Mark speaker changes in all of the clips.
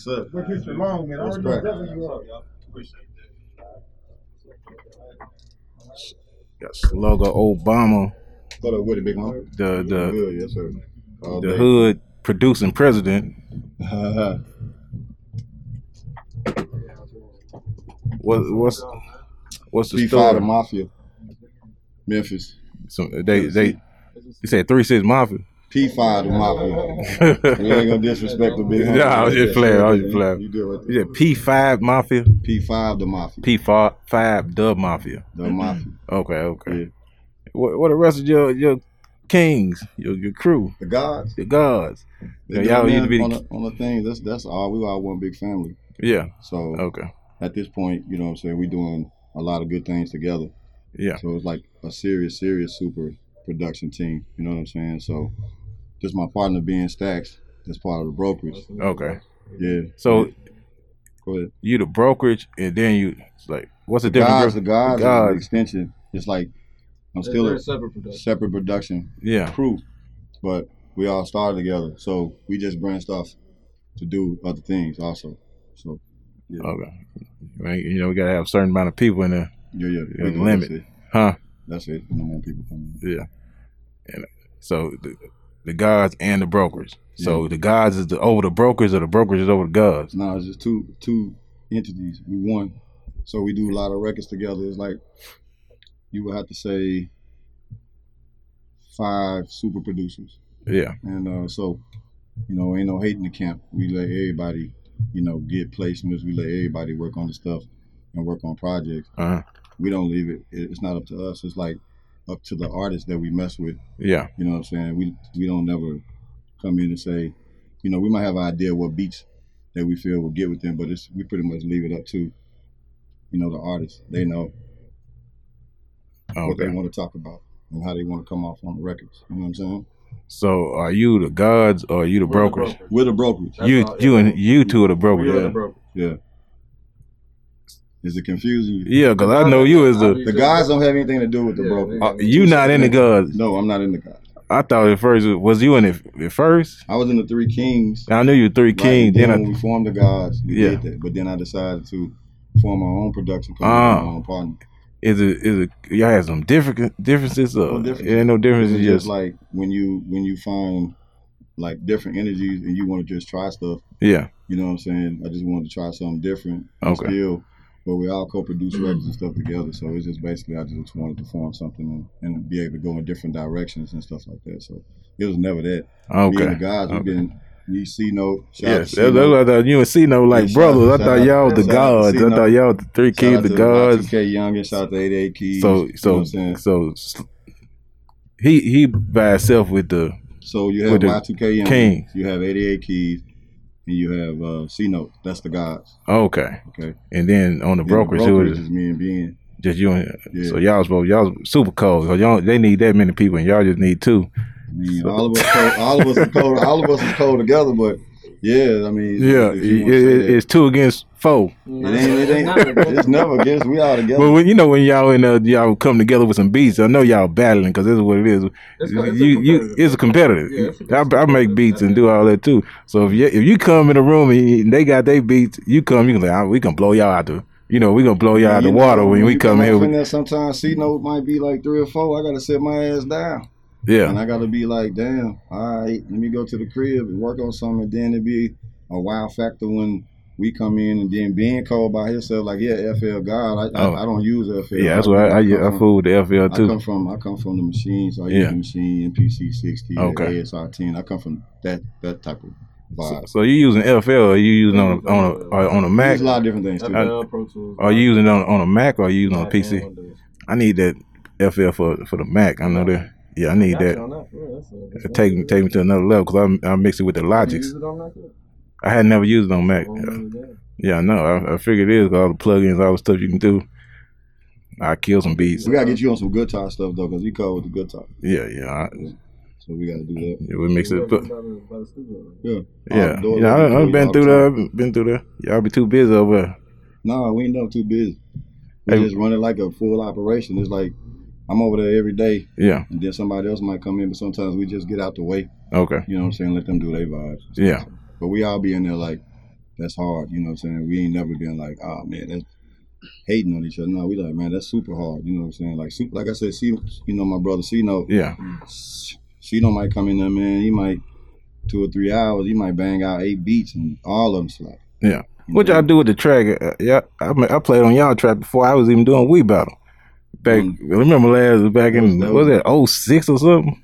Speaker 1: Sir.
Speaker 2: We're Mr. Long, man. I already know
Speaker 1: That's
Speaker 2: that's what you are.
Speaker 3: Got Slugger Obama,
Speaker 1: What up with it, big man?
Speaker 3: the the
Speaker 1: Good, yes, sir. All
Speaker 3: the
Speaker 1: day.
Speaker 3: hood producing president. What what's what's the
Speaker 1: P five the
Speaker 3: story?
Speaker 1: mafia. Memphis.
Speaker 3: Some, they they they said three six mafia.
Speaker 1: P five the mafia. We ain't
Speaker 3: you
Speaker 1: gonna disrespect the big. homie.
Speaker 3: Nah, I was just playing, I was just playing.
Speaker 1: You good right there.
Speaker 3: said P five mafia,
Speaker 1: P five the mafia.
Speaker 3: P five dub mafia.
Speaker 1: the mafia.
Speaker 3: Okay, okay.
Speaker 1: Yeah.
Speaker 3: What what the rest of your your kings, your your crew,
Speaker 1: The gods.
Speaker 3: your gods?
Speaker 1: They
Speaker 3: y'all
Speaker 1: doing
Speaker 3: need to be
Speaker 1: that on
Speaker 3: the-
Speaker 1: the, on the thing. That's that's all. We all one big family.
Speaker 3: Yeah.
Speaker 1: So
Speaker 3: Okay.
Speaker 1: at this point, you know what I'm saying, we doing a lot of good things together.
Speaker 3: Yeah.
Speaker 1: So it's like a serious, serious super production team. You know what I'm saying? So just my partner being Stacks, that's part of the brokerage.
Speaker 3: Okay.
Speaker 1: Yeah.
Speaker 3: So
Speaker 1: go ahead.
Speaker 3: you the brokerage, and then you it's like what's the,
Speaker 1: Guys,
Speaker 3: difference?
Speaker 1: the guys,
Speaker 3: Guys.
Speaker 1: the extension. It's like I'm
Speaker 4: They're-
Speaker 1: still
Speaker 4: they're
Speaker 1: a
Speaker 4: a separate production.
Speaker 1: separate production
Speaker 3: yeah.
Speaker 1: crew, but we all started together. So we just branched off to do other things also. So
Speaker 3: Okay. Right, You know, we gotta have a certain amount of people in there.
Speaker 1: yeah, yeah,
Speaker 3: Yeah,
Speaker 1: we-
Speaker 3: limit.
Speaker 1: That's it.
Speaker 3: Huh.
Speaker 1: That's it. No more people coming.
Speaker 3: Yeah. And so the, the gods and the brokers. So the gods is the, over the brokers, or the brokers is over the gods.
Speaker 1: No, it's just two two entities. We one. So we do a lot of records together. It's like you would have to say five super producers.
Speaker 3: Yeah.
Speaker 1: And uh, so, you know, ain't no hate in the camp. We let everybody, you know, get placements. We let everybody work on the stuff and work on projects.
Speaker 3: Uh-huh.
Speaker 1: We don't leave it. it- It's not up to us. It's like up to the artists that we mess with.
Speaker 3: Yeah.
Speaker 1: You know what I'm saying? We we don't never come in and say, you know, we might have an idea what beats that we feel will get with them, but it's we pretty much leave it up to, you know, the artists. They know what they
Speaker 3: Okay.
Speaker 1: want to talk about and how they want to come off on the records. You know what I'm saying?
Speaker 3: So are you the gods or are you the
Speaker 4: We're the
Speaker 3: brokers?
Speaker 4: brokerage.
Speaker 1: We're the brokerage.
Speaker 4: That's
Speaker 3: you
Speaker 4: all, yeah.
Speaker 3: you and you two are the brokers.
Speaker 4: We are
Speaker 3: Yeah.
Speaker 4: the brokerage.
Speaker 1: Is it confusing you?
Speaker 3: Yeah, cause I know you is the
Speaker 1: The guys don't have anything to do with the
Speaker 4: Yeah,
Speaker 1: brokerage.
Speaker 4: they-
Speaker 3: uh, you not in the gods.
Speaker 1: No, I'm not in the guys.
Speaker 3: I thought at first was you in it at first.
Speaker 1: I was in the Three Kings.
Speaker 3: I knew you three
Speaker 1: right?
Speaker 3: kings.
Speaker 1: Then
Speaker 3: Then I,
Speaker 1: when we formed the guys, we
Speaker 3: Yeah.
Speaker 1: did that. But then I decided to form my own production company,
Speaker 3: Ah.
Speaker 1: my own partner.
Speaker 3: is it is it y'all had some different differences? Or
Speaker 1: No difference.
Speaker 3: it ain't no difference.
Speaker 1: It's
Speaker 3: It's
Speaker 1: just
Speaker 3: just
Speaker 1: like when you when you find like different energies and you want to just try stuff.
Speaker 3: yeah.
Speaker 1: You know what I'm saying? I just wanted to try something different. and
Speaker 3: Okay.
Speaker 1: Still, but we all co-produce records and stuff together. So it's just basically I just wanted to form something and, and be able to go in different directions and stuff like that. So it was never that. Me and
Speaker 3: Okay.
Speaker 1: the guys, we've
Speaker 3: Okay.
Speaker 1: been you see no
Speaker 3: Yes, that's that's what I thought. You and Cino like
Speaker 1: Yeah,
Speaker 3: brothers.
Speaker 1: shout-
Speaker 3: I
Speaker 1: shout
Speaker 3: thought
Speaker 1: out-
Speaker 3: y'all the
Speaker 1: shout out to
Speaker 3: gods. I
Speaker 1: Cino.
Speaker 3: thought y'all the three kings, the gods.
Speaker 1: K Young and shout out to 88 Keys.
Speaker 3: So
Speaker 1: you know what
Speaker 3: so
Speaker 1: I'm saying?
Speaker 3: so s- he he by himself with the
Speaker 1: So you have
Speaker 3: With the
Speaker 1: Y2K Young,
Speaker 3: Kings.
Speaker 1: you have 88 Keys, and you have uh, C Note. That's the gods.
Speaker 3: okay,
Speaker 1: Okay.
Speaker 3: and then on the
Speaker 1: Then
Speaker 3: brokers, it
Speaker 1: brokerage
Speaker 3: was
Speaker 1: is me and Ben.
Speaker 3: just you and
Speaker 1: Yeah.
Speaker 3: so y'all supposed y'all was super cold. So y'all they need that many people, and y'all just need two.
Speaker 1: I mean, all of us, co- all of us, is cold, all of us is cold together. But yeah, I mean,
Speaker 3: Yeah,
Speaker 1: if
Speaker 3: it,
Speaker 1: you wanna say
Speaker 3: it,
Speaker 1: that,
Speaker 3: it's two against four.
Speaker 1: it ain't, it ain't, it's never against. We all together.
Speaker 3: But when, you know when y'all in uh, y'all come together with some beats, I know y'all battling because this is what it is.
Speaker 4: It's
Speaker 3: you,
Speaker 4: co- it's a
Speaker 3: you,
Speaker 4: competitive.
Speaker 3: it's a competitive.
Speaker 4: Yeah, it's a
Speaker 3: I, I make
Speaker 4: competitive.
Speaker 3: beats and do all that too. So if you if you come in the room and they got their beats, you come. You can like, "Ah, we can blow y'all out the, you know, we gonna blow y'all out the
Speaker 1: You know,
Speaker 3: water when we
Speaker 1: you
Speaker 3: come
Speaker 1: up
Speaker 3: here.
Speaker 1: in
Speaker 3: With,
Speaker 1: there sometimes C Note might be like three or four. I gotta sit my ass down. And
Speaker 3: yeah,
Speaker 1: I gotta be like, damn, all right, let me go to the crib and work on something. And then it'd be a wild factor when we come in and then being called by himself, like, yeah, FL God. I,
Speaker 3: Oh.
Speaker 1: I, I don't use FL.
Speaker 3: yeah. That's why I I, I,
Speaker 1: come from-
Speaker 3: fool with the FL
Speaker 1: I
Speaker 3: too.
Speaker 1: come from I come from the machine, so I
Speaker 3: Yeah.
Speaker 1: use the machine, MPC sixty,
Speaker 3: Okay.
Speaker 1: ASR ten. I come from that that type of
Speaker 3: So,
Speaker 1: vibe.
Speaker 3: so you using FL? Or you using on a, on a, or on a Mac?
Speaker 1: There's a lot of different things too.
Speaker 4: FL, Pro Tools.
Speaker 3: uh, Are you using it on, on a Mac or are you using on a
Speaker 4: Mac and
Speaker 3: PC?
Speaker 4: Windows.
Speaker 3: I need that FL for for the Mac. I know that. Yeah, I need
Speaker 4: Got you
Speaker 3: that.
Speaker 4: on that. Yeah, that's a- that's
Speaker 3: It Take me
Speaker 4: one.
Speaker 3: take me to another level because I I mix it with the
Speaker 4: You use
Speaker 3: Logics. uh,
Speaker 4: it on that yet?
Speaker 3: I had never used it on Mac.
Speaker 4: Oh, yeah.
Speaker 3: Yeah, I know. I, I figured it is all the plugins, all the stuff you can do. I kill some beats.
Speaker 1: we gotta get you on some guitar stuff though, cause you cold with the guitar.
Speaker 3: Yeah, yeah. I,
Speaker 1: So we gotta do that.
Speaker 3: it would mix
Speaker 4: You
Speaker 3: it.
Speaker 4: over
Speaker 3: But
Speaker 4: by the- by the studio, right?
Speaker 3: yeah,
Speaker 1: Outdoors,
Speaker 3: yeah.
Speaker 1: we
Speaker 3: I, I've
Speaker 1: do
Speaker 3: been
Speaker 1: all the
Speaker 3: through
Speaker 1: time.
Speaker 3: there. I've been through there. Y'all be too busy over there.
Speaker 1: No, we ain't never too busy. We
Speaker 3: Hey.
Speaker 1: just running like a full operation. It's like I'm over there every day,
Speaker 3: Yeah.
Speaker 1: and then somebody else might come in. But sometimes we just get out the way.
Speaker 3: Okay.
Speaker 1: You know what I'm saying? Let them do their vibes.
Speaker 3: Yeah.
Speaker 1: But we all be in there like that's hard. You know what I'm saying? We ain't never been like, oh man, that's hating on each other. No, we like, man, that's super hard. You know what I'm saying? Like, super, like I said, see, you know, my brother, see, no,
Speaker 3: Yeah.
Speaker 1: she don't might come in there, man. He might two or three hours. He might bang out eight beats and all of them slap.
Speaker 3: Yeah.
Speaker 1: You
Speaker 3: What
Speaker 1: know?
Speaker 3: y'all do with the track? Uh, yeah, I, mean, I played on y'all track before I was even doing We Battle. Back,
Speaker 1: Mm.
Speaker 3: remember last back in
Speaker 1: That
Speaker 3: what
Speaker 1: was-
Speaker 3: was that 06 or something?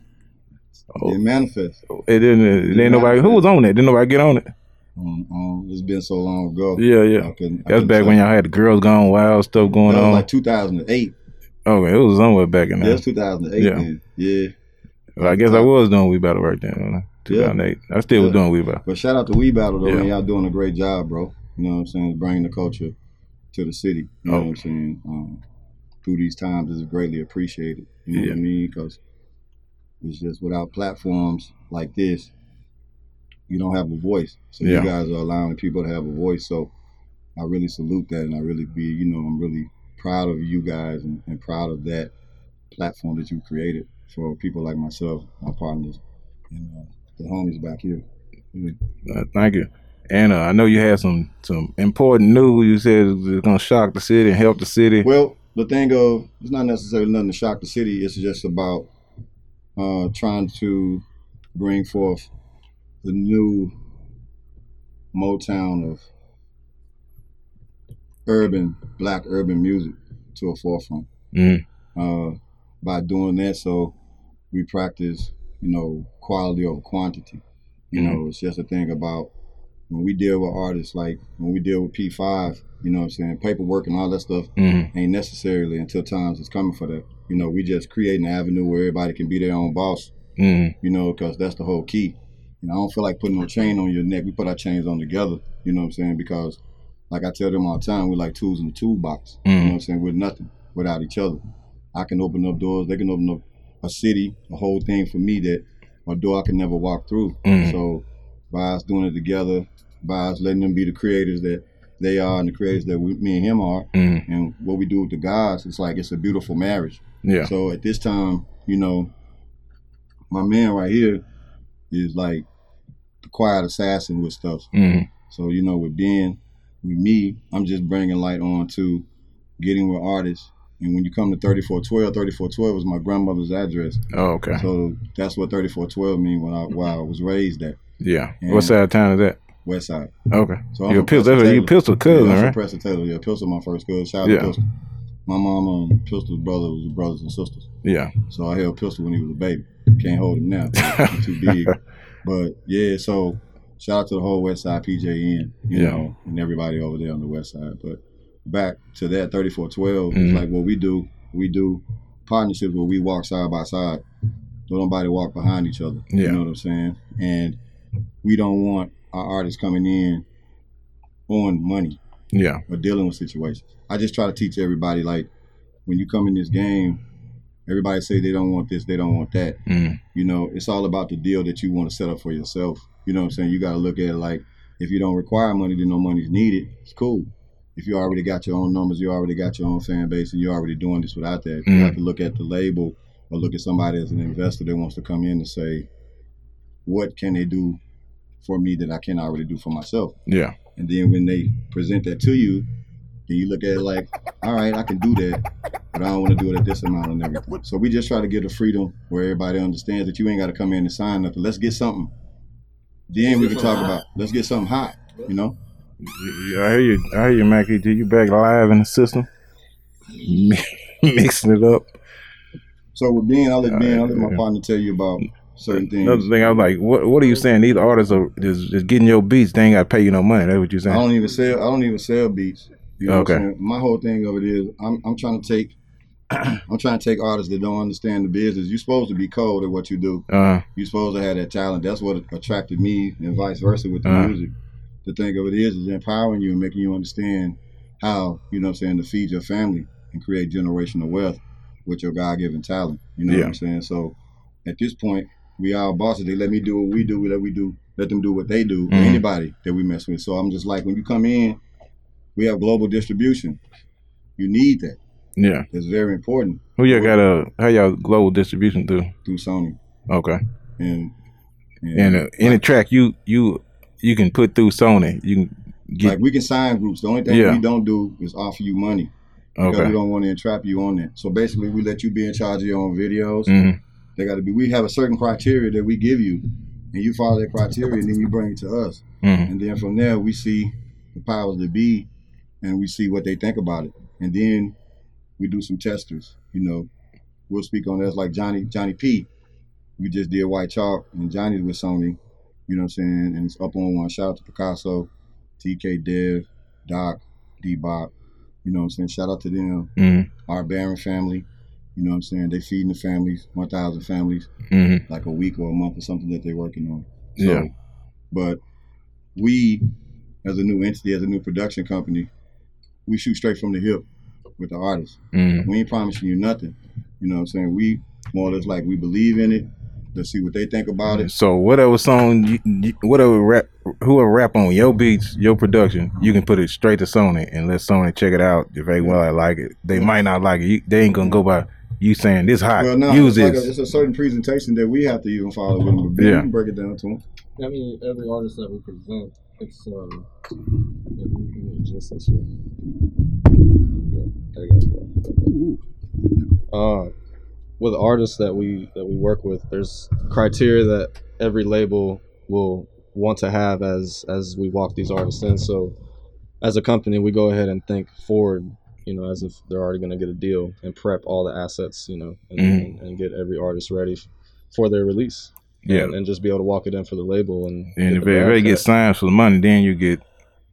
Speaker 1: It manifest.
Speaker 3: It didn't. It
Speaker 1: Yeah.
Speaker 3: ain't nobody who was on that. Didn't nobody get on it?
Speaker 1: Um, um, it's been so long ago.
Speaker 3: Yeah, yeah.
Speaker 1: I couldn't- I
Speaker 3: That's
Speaker 1: couldn't
Speaker 3: back
Speaker 1: tell.
Speaker 3: when y'all had the girls gone wild stuff going
Speaker 1: that was
Speaker 3: on.
Speaker 1: like 2008.
Speaker 3: okay, it was somewhere back in
Speaker 1: Yeah,
Speaker 3: there.
Speaker 1: That's 2008.
Speaker 3: Yeah.
Speaker 1: Then. yeah.
Speaker 3: Well, I guess I was doing We Battle right then, wasn't I? 2008. I still was
Speaker 1: Yeah.
Speaker 3: doing We Battle.
Speaker 1: But shout out to We Battle though,
Speaker 3: Yeah.
Speaker 1: man. Y'all doing a great job, bro. You know what I'm saying? Bringing the culture to the city. You know
Speaker 3: Oh.
Speaker 1: what I'm saying? Um, through these times is greatly appreciated. You know what I
Speaker 3: Yeah.
Speaker 1: mean? Because it's just without platforms like this, you don't have a voice. So
Speaker 3: Yeah.
Speaker 1: you guys are allowing people to have a voice. So I really salute that, and I really be, you know, I'm really proud of you guys and, and proud of that platform that you created for people like myself, my partners, and uh, the homies back here.
Speaker 3: Uh, thank you. And uh, I know you had some some important news. You said it's gonna shock the city and help the city.
Speaker 1: Well, the thing of it's not necessarily nothing to shock the city. It's just about uh, trying to bring forth the new Motown of urban black urban music to a forefront.
Speaker 3: Mm.
Speaker 1: Uh, by doing that, so we practice, you know, quality over quantity. You know, it's just a thing about when we deal with artists, like when we deal with P5, you know what I'm saying, paperwork and all that stuff
Speaker 3: Mm.
Speaker 1: ain't necessarily until times is coming for that. You know, we just creating an avenue where everybody can be their own boss,
Speaker 3: Mm.
Speaker 1: you know, because that's the whole key. You know, I don't feel like putting no chain on your neck. We put our chains on together, you know what I'm saying? Because, like I tell them all the time, we're like tools in the toolbox. You know what
Speaker 3: Mm.
Speaker 1: I'm saying? We're nothing without each other. I can open up doors, they can open up a city, a whole thing for me that a door I can never walk through.
Speaker 3: Mm.
Speaker 1: So, by us doing it together, by us letting them be the creators that they are and the creators that we, me and him are,
Speaker 3: Mm.
Speaker 1: and what we do with the guys, it's like it's a beautiful marriage.
Speaker 3: Yeah.
Speaker 1: So at this time, you know, my man right here is like the quiet assassin with stuff.
Speaker 3: Mm.
Speaker 1: So you know, with Ben, with me, I'm just bringing light on to getting with artists. And when you come to 3412, 3412 was my grandmother's address.
Speaker 3: Oh, okay.
Speaker 1: So that's what 3412 mean when I, while I was raised at
Speaker 3: Yeah.
Speaker 1: And-
Speaker 3: What side of town is that?
Speaker 1: West Side.
Speaker 3: Okay.
Speaker 1: So
Speaker 3: Your
Speaker 1: from
Speaker 3: pistol. That's
Speaker 1: Preston
Speaker 3: your
Speaker 1: Taylor.
Speaker 3: pistol cousin,
Speaker 1: yeah, I'm from
Speaker 3: right?
Speaker 1: Preston Taylor. Yeah, Pistol my first cousin. Shout out
Speaker 3: Yeah.
Speaker 1: to Pistol. My mom and Pistol's brother was brothers and sisters.
Speaker 3: Yeah.
Speaker 1: So I held pistol when he was a baby. Can't hold him now. He's too big. But yeah, so shout out to the whole West Side PJN, you
Speaker 3: Yeah.
Speaker 1: know, and everybody over there on the West Side. But back to that 3412,
Speaker 3: Mhm.
Speaker 1: it's like what we do, we do partnerships where we walk side by side. Don't nobody walk behind each other.
Speaker 3: Yeah.
Speaker 1: You know what I'm saying? And we don't want our artists coming in on money
Speaker 3: Yeah.
Speaker 1: or dealing with situations. I just try to teach everybody like when you come in this game, everybody say they don't want this, they don't want that.
Speaker 3: Mm.
Speaker 1: You know, it's all about the deal that you want to set up for yourself. You know what I'm saying? You got to look at it like if you don't require money, then no money's needed. It's cool. If you already got your own numbers, you already got your own fan base, and you're already doing this without that, you
Speaker 3: Mhm.
Speaker 1: have to look at the label or look at somebody as an investor that wants to come in and say, what can they do for me that I can't already do for myself?
Speaker 3: Yeah.
Speaker 1: And then when they present that to you, then you look at it like, all right, I can do that, but I don't want to do it at this amount and everything. So we just try to give the freedom where everybody understands that you ain't got to come in and sign nothing. Let's get something. Then we can talk about let's get something hot, you know?
Speaker 3: Yeah, I hear you. I hear you, Mackie. G. You back live in the system? Mixing it up.
Speaker 1: So with Ben, I'll let Ben, I'll let my
Speaker 3: Yeah.
Speaker 1: partner tell you about certain
Speaker 3: Another
Speaker 1: things.
Speaker 3: thing, I was like, "What? What are you saying? These artists are just, just getting your beats. They ain't got to pay you no money. That's what you're
Speaker 1: I
Speaker 3: saying."
Speaker 1: don't even sell I don't even sell beats. You know what
Speaker 3: Okay.
Speaker 1: I'm saying? My whole thing of it is I'm I'm trying to take I'm trying to take artists that don't understand the business. You're supposed to be cold at what you do.
Speaker 3: Uh,
Speaker 1: you're supposed to have that talent. That's what attracted me, and vice versa with the
Speaker 3: Uh-huh.
Speaker 1: music. The thing of it is, is empowering you and making you understand how you know what I'm saying to feed your family and create generational wealth with your God-given talent. You know
Speaker 3: Yeah.
Speaker 1: what I'm saying? So at this point, we all bosses. They let me do what we do. We let we do. Let them do what they do. or
Speaker 3: Mhm.
Speaker 1: Anybody that we mess with. So I'm just like, when you come in, we have global distribution. You need that.
Speaker 3: yeah.
Speaker 1: It's very important
Speaker 3: Who y'all got? Uh, how y'all global distribution through?
Speaker 1: through Sony
Speaker 3: Okay.
Speaker 1: and
Speaker 3: And uh, any track you you you can put through Sony, you can Get-
Speaker 1: like we can sign groups. The only thing
Speaker 3: Yeah.
Speaker 1: we don't do is offer you money because we
Speaker 3: Okay.
Speaker 1: don't want to entrap you on that. So basically, we let you be in charge of your own videos.
Speaker 3: hmm
Speaker 1: They got to be. We have a certain criteria that we give you, and you follow that criteria, and then you bring it to us,
Speaker 3: hmm
Speaker 1: and then from there we see the powers that be, and we see what they think about it, and then we do some testers. You know, we'll speak on us like Johnny Johnny P. We just did White Chalk, and Johnny's with Sony. You know what I'm saying? And it's up on one. Shout out to Picasso, TK Dev, Doc, D Bob. You know what I'm saying? Shout out to them.
Speaker 3: hmm
Speaker 1: Our Barron family. You know what I'm saying? They feeding the families, 1,000 families
Speaker 3: hmm
Speaker 1: like a week or a month or something that they're working on. So,
Speaker 3: Yeah.
Speaker 1: But we, as a new entity, as a new production company, we shoot straight from the hip with the artist.
Speaker 3: hmm
Speaker 1: We ain't promising you nothing. You know what I'm saying? We more or less like we believe in it. Let's see what they think about it.
Speaker 3: So whatever song, you, you, whatever rap, whoever rap on your beats, your production, you can put it straight to Sony and let Sony check it out. If they well, I like it. They might not like it. You, they ain't gonna go by you saying this hot.
Speaker 1: well, no,
Speaker 3: Use
Speaker 1: it's, like
Speaker 3: this.
Speaker 1: a, it's a certain presentation that we have to even follow with them. But
Speaker 3: Yeah.
Speaker 1: We can break it down to them.
Speaker 4: I mean, every artist that we present, it's uh, yeah, we can adjust this shit. Yeah, there you go. Uh, with artists that we that we work with, there's criteria that every label will want to have as as we walk these artists in. So, as a company, we go ahead and think forward, you know, as if they're already going to get a deal and prep all the assets, you know, and,
Speaker 3: Mhm.
Speaker 4: and, and get every artist ready f- for their release
Speaker 3: Yeah.
Speaker 4: and, and just be able to walk it in for the label and
Speaker 3: And
Speaker 4: get
Speaker 3: if
Speaker 4: the
Speaker 3: they, if
Speaker 4: bag
Speaker 3: they
Speaker 4: cut.
Speaker 3: get signed for the money, then you get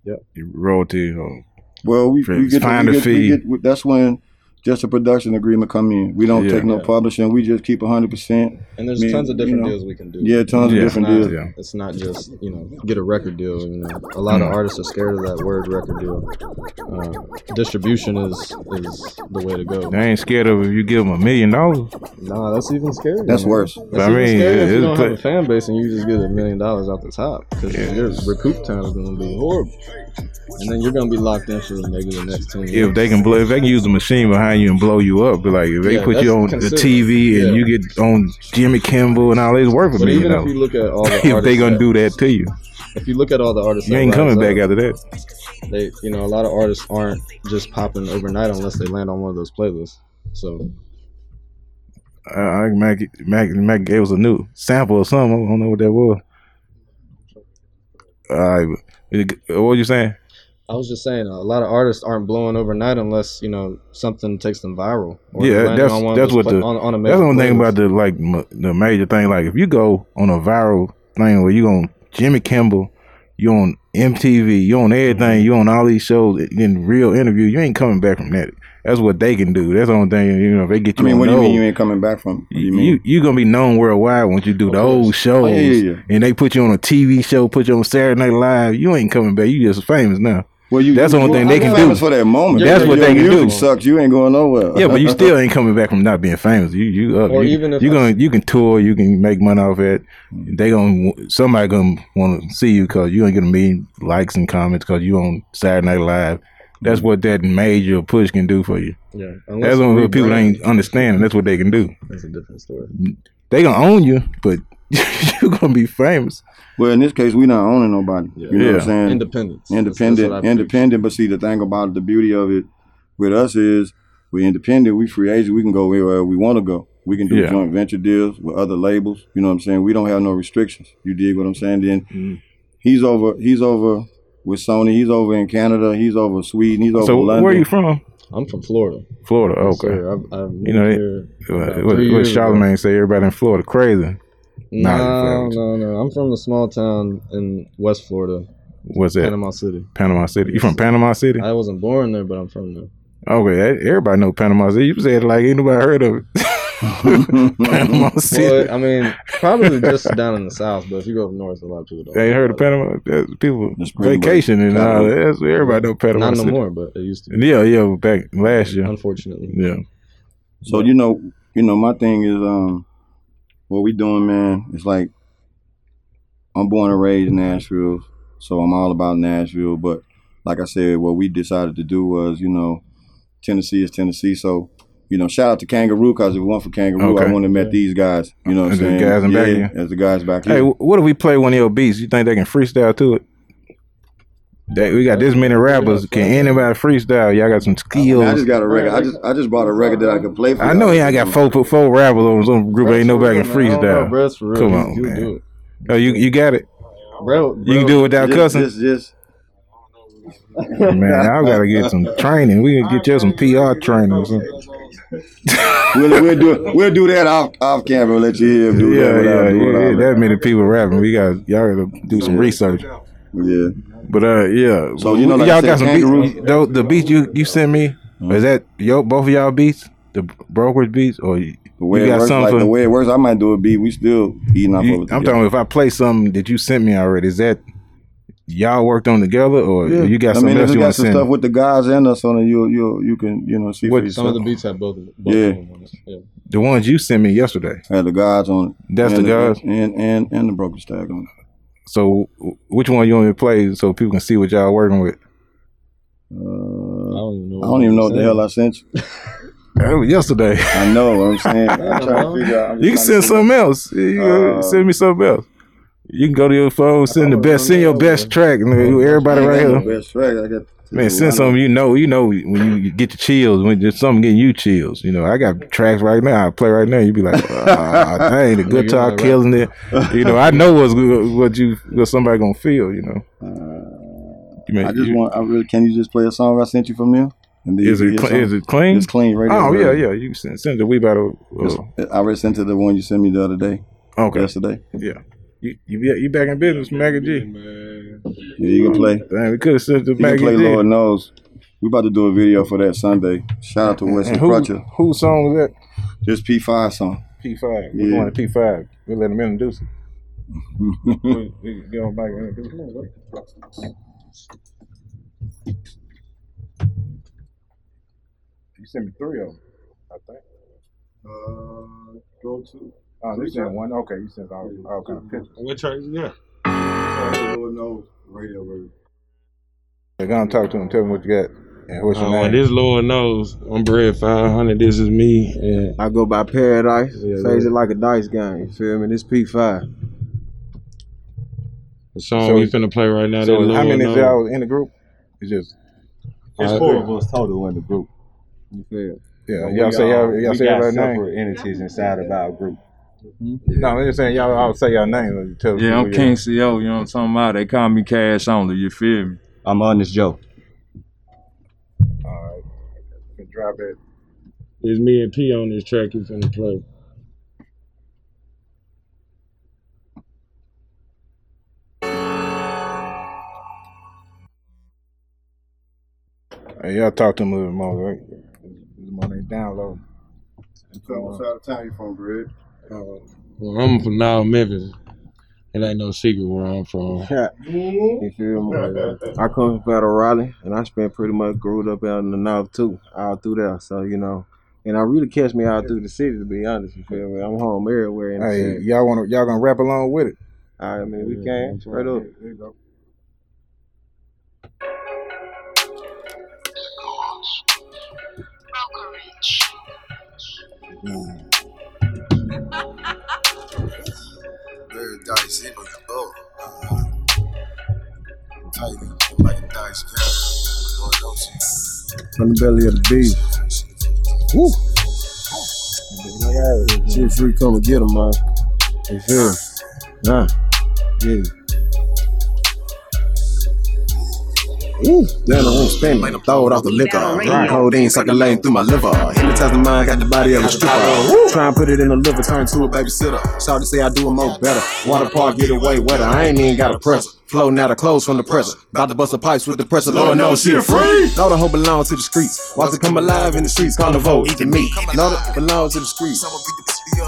Speaker 4: Yep.
Speaker 3: your royalty. Or,
Speaker 1: Well, we, we get,
Speaker 3: Find
Speaker 1: we
Speaker 3: a
Speaker 1: get, we
Speaker 3: fee.
Speaker 1: get we- that's when just a production agreement come in. We don't
Speaker 3: Yeah.
Speaker 1: take no
Speaker 4: Yeah.
Speaker 1: publishing. We just keep 100. percent
Speaker 4: and there's
Speaker 1: man,
Speaker 4: tons of different
Speaker 1: you know,
Speaker 4: deals we can do.
Speaker 1: Yeah, tons
Speaker 3: Yeah.
Speaker 1: of different
Speaker 4: Nah.
Speaker 1: deals.
Speaker 3: yeah.
Speaker 4: It's not just you know get a record deal. You know, a lot
Speaker 3: Mm.
Speaker 4: of artists are scared of that word record deal. Uh, distribution is is the way to go.
Speaker 3: They ain't scared of if you give them a million dollars.
Speaker 4: Nah, that's even scarier.
Speaker 1: That's
Speaker 4: man.
Speaker 1: worse.
Speaker 4: That's
Speaker 3: I
Speaker 4: even
Speaker 3: mean,
Speaker 4: scarier
Speaker 3: it-
Speaker 4: if you
Speaker 3: it's
Speaker 4: don't have
Speaker 3: pla-
Speaker 4: a fan base and you just get a million dollars off the top because your recoup time is gonna be horrible, and then you're gonna be locked in for maybe the next ten years.
Speaker 3: If they can blow, if they can use the machine behind you and blow you up, but like if they
Speaker 4: Yeah,
Speaker 3: put you
Speaker 4: that's
Speaker 3: on the
Speaker 4: considered.
Speaker 3: TV and
Speaker 4: Yeah.
Speaker 3: you get on Jimmy Kimball and all this, work for
Speaker 4: but
Speaker 3: me, you
Speaker 4: even
Speaker 3: know.
Speaker 4: if you look at all the artists,
Speaker 3: If they gonna do that to you,
Speaker 4: if you look at all the artists,
Speaker 3: you
Speaker 4: that
Speaker 3: ain't
Speaker 4: rise
Speaker 3: coming
Speaker 4: up,
Speaker 3: back after that.
Speaker 4: they you know a lot of artists aren't just popping overnight unless they land on one of those playlists so
Speaker 3: I, I Mac, Mac, Mac gave us a new sample or something. I don't know what that was. All right, but- what you saying?
Speaker 4: i was just saying a lot of artists aren't blowing overnight unless you know something takes them viral
Speaker 3: Yeah,
Speaker 4: they're landing
Speaker 3: that's-
Speaker 4: on one of
Speaker 3: that's
Speaker 4: those
Speaker 3: what
Speaker 4: pla-
Speaker 3: the-
Speaker 4: on, on a
Speaker 3: That's
Speaker 4: major
Speaker 3: the one thing
Speaker 4: playlist.
Speaker 3: about the like m- the major thing. Like if you go on a viral thing where you on Jimmy Kimball, you on MTV, you on
Speaker 1: Mm-hmm.
Speaker 3: everything, you on all these shows in real interview, you ain't coming back from that. That's what they can do. That's the only thing you know. If they get
Speaker 1: I
Speaker 3: you,
Speaker 1: mean,
Speaker 3: on
Speaker 1: what do you
Speaker 3: those,
Speaker 1: mean you ain't coming back from? What do you
Speaker 3: Oh, you,
Speaker 1: mean?
Speaker 3: you gonna be known worldwide once you do
Speaker 4: Of
Speaker 3: those shows,
Speaker 1: Oh, yeah, yeah, yeah.
Speaker 3: and they put you on a TV show, put you on Saturday Night Live. You ain't coming back. You just famous now.
Speaker 1: well, you,
Speaker 3: That's the
Speaker 1: you-
Speaker 3: only thing
Speaker 1: well,
Speaker 3: they
Speaker 1: I'm
Speaker 3: can
Speaker 1: famous
Speaker 3: do.
Speaker 1: for that moment.
Speaker 4: That's
Speaker 1: Your-
Speaker 4: what they
Speaker 1: your
Speaker 4: can do.
Speaker 1: music Sucks. You ain't going nowhere.
Speaker 3: Yeah, but you still ain't coming back from not being famous. You you up.
Speaker 4: Or
Speaker 3: you,
Speaker 4: even if
Speaker 3: you
Speaker 4: I- Mm.
Speaker 3: gonna you can tour, you can make money off it. They gonna somebody gonna want to see you because you ain't gonna million likes and comments because you on Saturday Night Live. That's
Speaker 4: Mm.
Speaker 3: what that major push can do for you.
Speaker 4: yeah
Speaker 3: That's
Speaker 4: unless
Speaker 3: what
Speaker 4: you
Speaker 3: people
Speaker 4: rebrand,
Speaker 3: ain't understanding. That's what they can do.
Speaker 4: that's a different story
Speaker 3: They gonna own you, but you gonna be famous.
Speaker 1: Well, in this case, we not owning nobody. You know what I'm
Speaker 3: Yeah.
Speaker 1: saying?
Speaker 4: independence That's-
Speaker 1: independent,
Speaker 4: that's what I preach.
Speaker 1: independent. But see, the thing about it, the beauty of it with us is we're independent. We free agent. We can go wherever we want to go. We can do
Speaker 3: Yeah.
Speaker 1: joint venture deals with other labels. You know what I'm saying? We don't have no restrictions. You dig what I'm saying? Then
Speaker 4: Mm.
Speaker 1: he's over. He's over with Sony. He's over in Canada. He's over Sweden. He's over
Speaker 3: So
Speaker 1: London.
Speaker 3: where are you from?
Speaker 4: i'm from florida
Speaker 3: Florida.
Speaker 4: Yes,
Speaker 3: Okay.
Speaker 4: sir. I've, I've
Speaker 3: You know,
Speaker 4: moved
Speaker 3: they-
Speaker 4: here.
Speaker 3: What,
Speaker 4: About
Speaker 3: what,
Speaker 4: three
Speaker 3: what
Speaker 4: years ago.
Speaker 3: Charlemagne say? Everybody in Florida crazy. Nah,
Speaker 4: no
Speaker 3: Florida.
Speaker 4: no no i'm from a small town in west florida
Speaker 3: What's that? Panama,
Speaker 4: panama city
Speaker 3: City. You from Panama City?
Speaker 4: i wasn't born there but i'm from there
Speaker 3: Okay, that- everybody know Panama City. You said it like ain't nobody heard of it. Panama
Speaker 1: Mm-hmm.
Speaker 3: City.
Speaker 4: Well, I mean, probably just down in the south, but if you go up north, a lot of people don't.
Speaker 3: They ain't heard of
Speaker 4: But
Speaker 3: Panama. That's people
Speaker 1: That's pretty much-
Speaker 3: vacation and all that. That's- Everybody know Panama
Speaker 4: Not no
Speaker 3: City.
Speaker 4: more, but it used to be.
Speaker 3: Yeah, yeah, back last year.
Speaker 4: Unfortunately.
Speaker 3: Yeah.
Speaker 1: So you know, you know, my thing is um, what we doing, man. It's like I'm born and raised in Nashville, so I'm all about Nashville. But like I said, what we decided to do was, you know, Tennessee is Tennessee. So you know, shout out to Kangaroo because if it weren't for Kangaroo, I
Speaker 3: Okay.
Speaker 1: wouldn't have met these guys. You know, what I'm
Speaker 3: As the
Speaker 1: saying
Speaker 3: guys in back
Speaker 1: yeah,
Speaker 3: here.
Speaker 1: as the guys back
Speaker 3: Hey,
Speaker 1: here.
Speaker 3: wh- what if we play one of your beats? You think they can freestyle to it? That we got this many rappers. Can anybody freestyle? Y'all got some
Speaker 1: I, mean, I
Speaker 3: skills.
Speaker 1: just got a record. I just I just bought a record that I can play for.
Speaker 3: I know
Speaker 1: y'all.
Speaker 3: he ain't got four four rappers on some group. Ain't nobody can
Speaker 4: Bro,
Speaker 3: freestyle.
Speaker 4: bro, it's for real.
Speaker 3: Come
Speaker 4: You-
Speaker 3: on,
Speaker 4: you
Speaker 3: man.
Speaker 4: do it.
Speaker 3: Oh, you you got it.
Speaker 4: Bro,
Speaker 3: You can do it without
Speaker 1: Just-
Speaker 3: cussing.
Speaker 1: Just, just
Speaker 3: Man, I gotta get some training. We can get you some PR training or something.
Speaker 1: we'll, we'll do we'll do that off off camera. and Let you hear him do
Speaker 3: Yeah,
Speaker 1: that. without
Speaker 3: yeah,
Speaker 1: doing all
Speaker 3: yeah. That many people rapping. We got y'all gotta do some research.
Speaker 1: Yeah.
Speaker 3: But uh, yeah.
Speaker 1: So, you know, like I said,
Speaker 3: y'all
Speaker 1: Hmm.
Speaker 3: got some beats.
Speaker 1: Kangaroo-
Speaker 3: The, the beats you you sent me is that yo both of y'all beats the brokerage beats or you,
Speaker 1: The way
Speaker 3: you
Speaker 1: it
Speaker 3: got
Speaker 1: works,
Speaker 3: some
Speaker 1: like
Speaker 3: for?
Speaker 1: the way it works, I might do a beat. We still eating off
Speaker 3: you-
Speaker 1: of it.
Speaker 3: I'm
Speaker 1: together.
Speaker 3: talking if I play something that you sent me already. Is that y'all worked on together or you got
Speaker 1: I
Speaker 3: something
Speaker 1: mean, if
Speaker 3: else
Speaker 1: you
Speaker 3: you
Speaker 1: got
Speaker 3: want to
Speaker 1: some
Speaker 3: send?
Speaker 1: stuff
Speaker 3: me?
Speaker 1: with the guys and us on it, you you you can you know see
Speaker 3: What-
Speaker 1: for
Speaker 4: some of
Speaker 1: yourself.
Speaker 4: the beats have both. of- both
Speaker 1: Yeah.
Speaker 4: Of them on it. yeah.
Speaker 3: The ones you sent me yesterday.
Speaker 1: Had the guys on it.
Speaker 3: That's
Speaker 1: and
Speaker 3: the guys?
Speaker 1: and and and the brokerage tag on it.
Speaker 3: So wh- which one you want me to play so people can see what y'all working with?
Speaker 4: I
Speaker 1: Uh,
Speaker 4: don't even know.
Speaker 1: I don't even know what the hell I sent you.
Speaker 3: That was yesterday.
Speaker 1: I know what I'm saying. I'm trying to figure out. I'm just
Speaker 3: You
Speaker 1: trying
Speaker 3: can
Speaker 1: to
Speaker 3: send
Speaker 1: figure-
Speaker 3: something else. You can
Speaker 1: Uh,
Speaker 3: send me something else. You can go to your phone, send the
Speaker 4: don't
Speaker 3: best,
Speaker 4: know
Speaker 3: send your
Speaker 4: that
Speaker 3: best
Speaker 4: one.
Speaker 3: track, nigga. Everybody
Speaker 1: I ain't
Speaker 3: right
Speaker 1: got
Speaker 3: here.
Speaker 1: no Best track. I got
Speaker 3: Man, send something you know, you know when you get your chills, when just something getting you chills. You know, I got tracks right now, I play right now. You be like, ah, dang, the
Speaker 4: Nigga,
Speaker 3: guitar
Speaker 4: you
Speaker 3: killing it. You know, I know what's good, what you what somebody gonna feel. You know, you mean,
Speaker 1: I just
Speaker 3: you-
Speaker 1: want. I really. Can you just play a song I sent you from them? And then
Speaker 3: is
Speaker 1: you can
Speaker 3: it clean,
Speaker 1: hear
Speaker 3: is
Speaker 1: something.
Speaker 3: it clean?
Speaker 1: It's clean right
Speaker 3: oh
Speaker 1: there.
Speaker 3: yeah, yeah. You send send the we battle. Uh,
Speaker 1: I already sent it the one you sent me the other day.
Speaker 3: okay,
Speaker 1: Yesterday.
Speaker 3: yeah. You you, be, you back in business, Maggie G.
Speaker 1: Yeah, you can play.
Speaker 3: Dang, we could have sent the
Speaker 1: You can
Speaker 3: Maggie
Speaker 1: play
Speaker 3: G.
Speaker 1: Lord Knows. We about to do a video for that Sunday. Shout out to Wesley
Speaker 3: And who,
Speaker 1: Crutcher.
Speaker 3: whose song was that?
Speaker 1: This P5 song.
Speaker 3: P five.
Speaker 1: Yeah.
Speaker 3: We're going to P five. We let him introduce it. We- we get on back and introduce it. You sent me three of them, I think.
Speaker 1: Uh, Go to
Speaker 3: Oh, you sent one. Okay, you sent all, all kind of pictures.
Speaker 2: What track is that?
Speaker 1: Lord Knows radio.
Speaker 3: They're gonna talk to him. Tell him what you got and what's your
Speaker 2: Oh,
Speaker 3: name.
Speaker 2: this Lord knows. I'm Bread 500. This is me. And
Speaker 5: I go by Paradise.
Speaker 2: Yeah,
Speaker 5: Plays
Speaker 2: yeah.
Speaker 5: it like a dice game. You feel me? This P5.
Speaker 2: the song
Speaker 3: So-
Speaker 2: we finna play right now. that
Speaker 3: So,
Speaker 2: Lord
Speaker 3: how many of
Speaker 2: knows.
Speaker 3: y'all in the group? It's just
Speaker 5: It's
Speaker 2: four
Speaker 5: of us total in the group. You feel?
Speaker 3: yeah. Y'all say y'all, y'all say y'all name. Mm-hmm.
Speaker 5: entities inside of our group.
Speaker 3: No, I'm just saying y'all all say y'all name. and Tell
Speaker 6: Yeah,
Speaker 3: people
Speaker 6: I'm
Speaker 3: y'all-
Speaker 6: King CO, you know what I'm talking about? They call me Cash Only, you feel me?
Speaker 5: I'm Honest Joe.
Speaker 3: All right. Can Drop it.
Speaker 2: It's me and P on this track you finna play.
Speaker 3: Hey, y'all talk to him a little bit more. Right? This money download.
Speaker 1: What side of town you from, Greg?
Speaker 2: Well, I'm from now Memphis. It ain't no secret where I'm from.
Speaker 5: You feel me? I come from out of Raleigh, and I spent pretty much grew up out in the north too, all through there. So you know, and I really catch me out through the city to be honest. You feel me? I'm home everywhere. In the
Speaker 3: Hey,
Speaker 5: city.
Speaker 3: y'all want to y'all gonna rap along with it?
Speaker 5: All right, man, we came straight up.
Speaker 3: There you go.
Speaker 7: Very dice in it. Oh. Tight like a dice game. Lord knows
Speaker 5: From the belly of the beast.
Speaker 7: it.
Speaker 5: Woo! Shit free, come and get 'em, man. You feel me? Nah. Yeah. Ooh, down the room spinning, throw it off the liquor. Drink codeine, sucking lane through my liver. Hypnotize the mind, got the body of a stripper. Woo. Try and put it in the liver, turn to a babysitter. Shout to say I do it more better. Water park, get away wetter. I ain't even got a presser. Floating out of clothes from the presser. About to bust the pipes with the presser. Lord knows she a freak. Know the hoe belongs to the streets. Watch it come alive in the streets. Carnival, eat the meat. Know that belongs to the streets.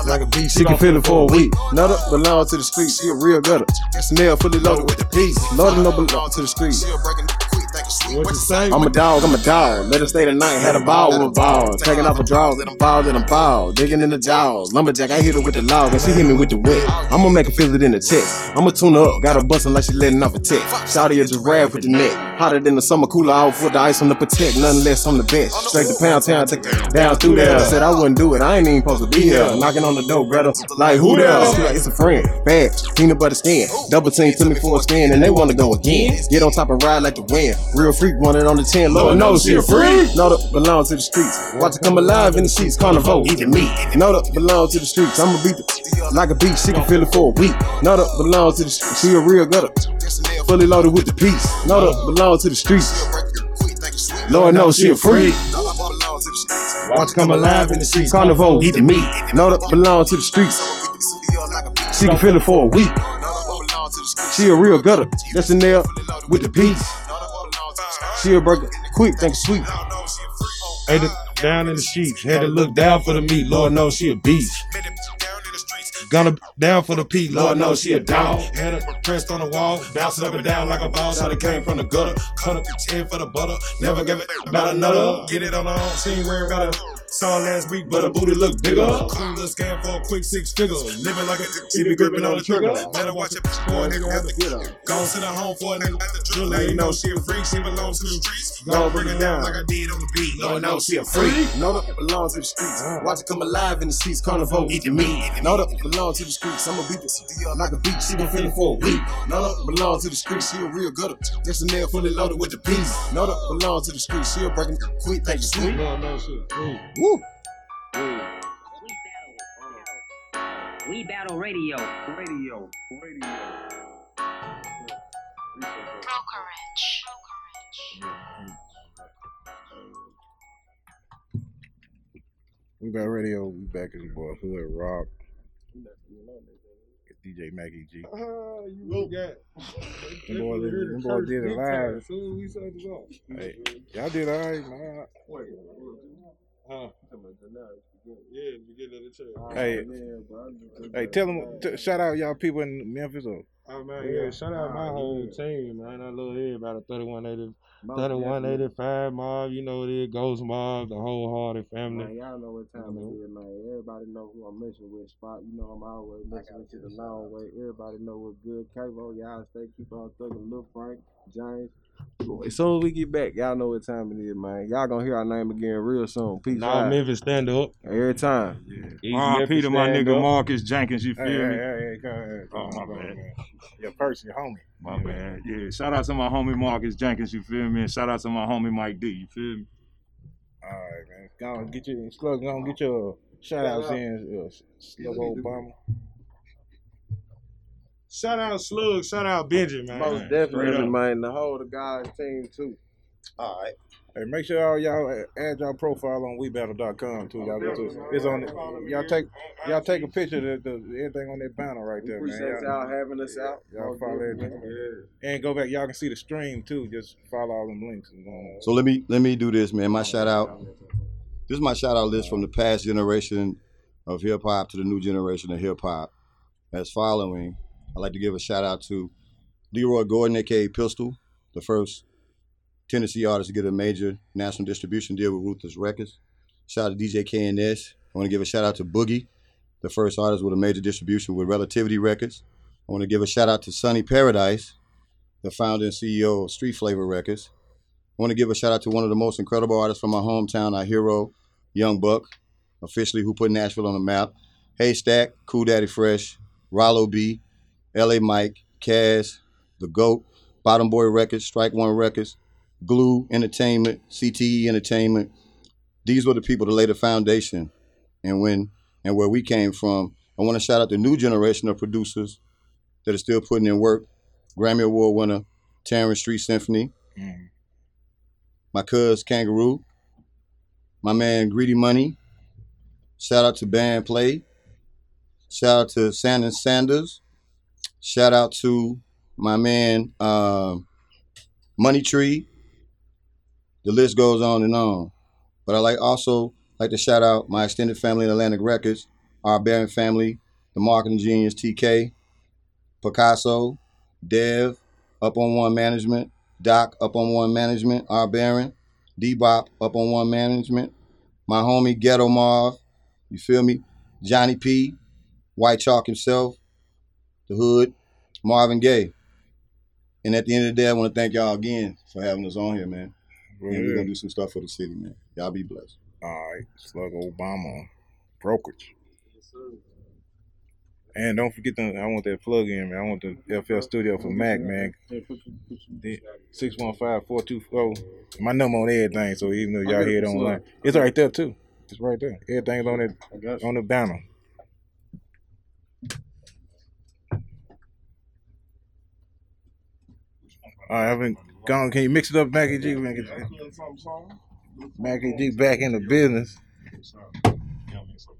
Speaker 5: Like a beast, she can feel it for a week. Nutter belong to the streets, she a real gutter. Snail fully loaded with the piece. Loaded no belong to the streets.
Speaker 8: She'll break a nigga quick, think it's sweet.
Speaker 4: What you say?
Speaker 5: I'm a dog, I'm a dog. Let it stay tonight. Had a ball with a ball. Taking off her drawers, let them ball, let them ball. Digging in the jaws. Lumberjack, I hit her with the log, and she hit me with the whip. I'ma make her feel it in the chest. I'ma tune her up, got her bustin' like she letting off a tick. Shouty a giraffe with the neck. Hotter than the summer cooler out with the ice on the protect. Nothing less, I'm the best. Straight to pound town, take her down through there. Said I wouldn't do it, I ain't even supposed to be here. Knocking on the door, brother. Like, who there? She like, it's a friend. Bad, peanut butter skin. Double team to me for a spin, and they wanna go again. Get on top and ride like the wind. Real freak, want it on the 10. Lord knows she a freak. Know that belong to the streets. Watch it come alive in the sheets. Carnival, eating meat. Know that belong to the streets. I'ma beat the like a beat. She can feel it for a week. Know that belong to the streets. She a real gutter. Fully loaded with the piece. Know that belong to the streets. Lord knows she a freak. Watch it come alive in the streets. Carnival, eating meat. Know that belong to the streets. She can feel it for a week. She a real gutter. That's a nail with the piece. She a burger. Quick, think sweet.
Speaker 2: Hey, the, down in the sheets. Had to look down for the meat. Lord knows she a beast. Gonna down for the peak. Lord knows she a dog. Had her pressed on the wall. Bouncing up and down like a ball. Shot it came from the gutter. Cut up the chin for the butter. Never give it about another. Get it on her own. She ain't worried about it. Saw her last week, but her booty look bigger. Cool little scam for a quick six figure. Living like a she be gripping on the trigger. Better watch it for a nigga have to get her. Gone to the home for a nigga at the drill. They know she a freak, she belongs to the streets. Gonna bring it down like I did on the beat. Lord knows she a freak. Uh.
Speaker 5: Know that it belongs to the streets. Watch it come alive in the streets. Carnival eating meat. Know that it belongs to the streets. I'ma beat this deal like a beat. She been feeling for a week. Know that it belongs to the streets. She a real gutter. Just a nail fully loaded with the piece. Know that it belongs to the streets. She a breaking quick, think sweet.
Speaker 2: Lord knows she a freak.
Speaker 5: Woo.
Speaker 8: We battle radio. Radio. Radio.
Speaker 9: Brokerage.
Speaker 3: We back radio. We back as your boy Hood Rock. It's DJ Maggie G.
Speaker 2: Ah, you got.
Speaker 3: Them boys- them boys did it live.
Speaker 2: As soon as we set this off.
Speaker 3: Hey, y'all did all right, man.
Speaker 2: Wait. Huh? Yeah, beginning of the track.
Speaker 3: Hey, hey, tell them, t- shout out y'all people in Memphis. Or,
Speaker 2: Oh man, yeah, shout out my whole team, man. I love everybody. 3180, 3185 mob, you know what it is, Ghost Mob, the wholehearted family.
Speaker 4: Man, y'all know what time
Speaker 2: Mhm.
Speaker 4: it is, man. Everybody know who I'm messing with. Spot, you know I'm always messing with you the long way. Everybody know what's good. Kavo, y'all stay, keep on thugging. Lil Frank, James. As soon as we get back, y'all know what time it is, man. Y'all gonna hear our name again real soon. Peace
Speaker 2: Nah,
Speaker 4: out.
Speaker 2: Memphis stand up.
Speaker 4: Every time.
Speaker 2: Easy
Speaker 6: R.I.P.
Speaker 2: Memphis
Speaker 6: to my
Speaker 2: stand
Speaker 6: nigga
Speaker 2: up.
Speaker 6: Marcus Jenkins, you feel
Speaker 3: hey, hey,
Speaker 6: me?
Speaker 3: hey, hey, come here, come on,
Speaker 6: Oh, my
Speaker 3: come on,
Speaker 6: bad.
Speaker 3: man. Your person, your homie.
Speaker 6: My man. Yeah, shout out to my homie Marcus Jenkins, you feel me? And shout out to my homie Mike D, you feel me?
Speaker 3: All right, man. Go on, get your slug. Go on, get your shout outs in, uh, Slug Obama.
Speaker 2: Shout out Slug, shout out Benji, man.
Speaker 4: Most definitely, man. The whole the guys team too.
Speaker 5: All right.
Speaker 3: Hey, make sure all y'all add y'all profile on WeBattle.com too. Y'all go to it's on. Y'all take y'all take a picture of the, the, everything on that banner right
Speaker 4: We
Speaker 3: there,
Speaker 4: appreciate
Speaker 3: man. Y'all,
Speaker 4: y'all having us out.
Speaker 3: y'all follow everything. And go back. Y'all can see the stream too. Just follow all them links. And, um,
Speaker 1: So let me let me do this, man. My shout out. This is my shout out list from the past generation of hip hop to the new generation of hip hop. As following, I'd like to give a shout out to Leroy Gordon, aka Pistol, the first Tennessee artist to get a major national distribution deal with Ruthless Records. Shout out to DJ KNS. I want to give a shout out to Boogie, the first artist with a major distribution with Relativity Records. I want to give a shout out to Sunny Paradise, the founder and CEO of Street Flavor Records. I want to give a shout out to one of the most incredible artists from my hometown, our hero, Young Buck, officially who put Nashville on the map. Haystack, Cool Daddy Fresh, Rollo B, LA Mike, Kaz, The GOAT, Bottom Boy Records, Strike One Records, Glue Entertainment, CTE Entertainment. These were the people that laid the foundation and when and where we came from. I want to shout out the new generation of producers that are still putting in work. Grammy Award winner, Terrence Street Symphony,
Speaker 3: mm.
Speaker 1: my cuz Kangaroo, my man Greedy Money. Shout out to Band Play. Shout out to Sandon Sanders. Shout out to my man um Money Tree. The list goes on and on. But I like also like to shout out my extended family at Atlantic Records, our Barron family, the marketing genius TK, Picasso, Dev, Up on One Management, Doc up on one management, R Baron, Bop up on one management, my homie Ghetto Marv, you feel me? Johnny P, White Chalk himself, the Hood, Marvin Gaye. And at the end of the day, I want to thank y'all again for having us on here, man.
Speaker 3: Right
Speaker 1: And we're
Speaker 3: here.
Speaker 1: gonna do some stuff for the city, man. Y'all be blessed.
Speaker 3: All right, Slug Obama brokerage. And don't forget the I want that plug in, man. I want the FL studio for Mac, man. The 615-424. My number on everything, so even though y'all hear it online. It's right there too. It's right there. Everything's on it on the banner. All right, I've been gone. Can you mix it up, Mackie G? We can get- Mackie G back in the business.
Speaker 6: Yeah, I mean, so-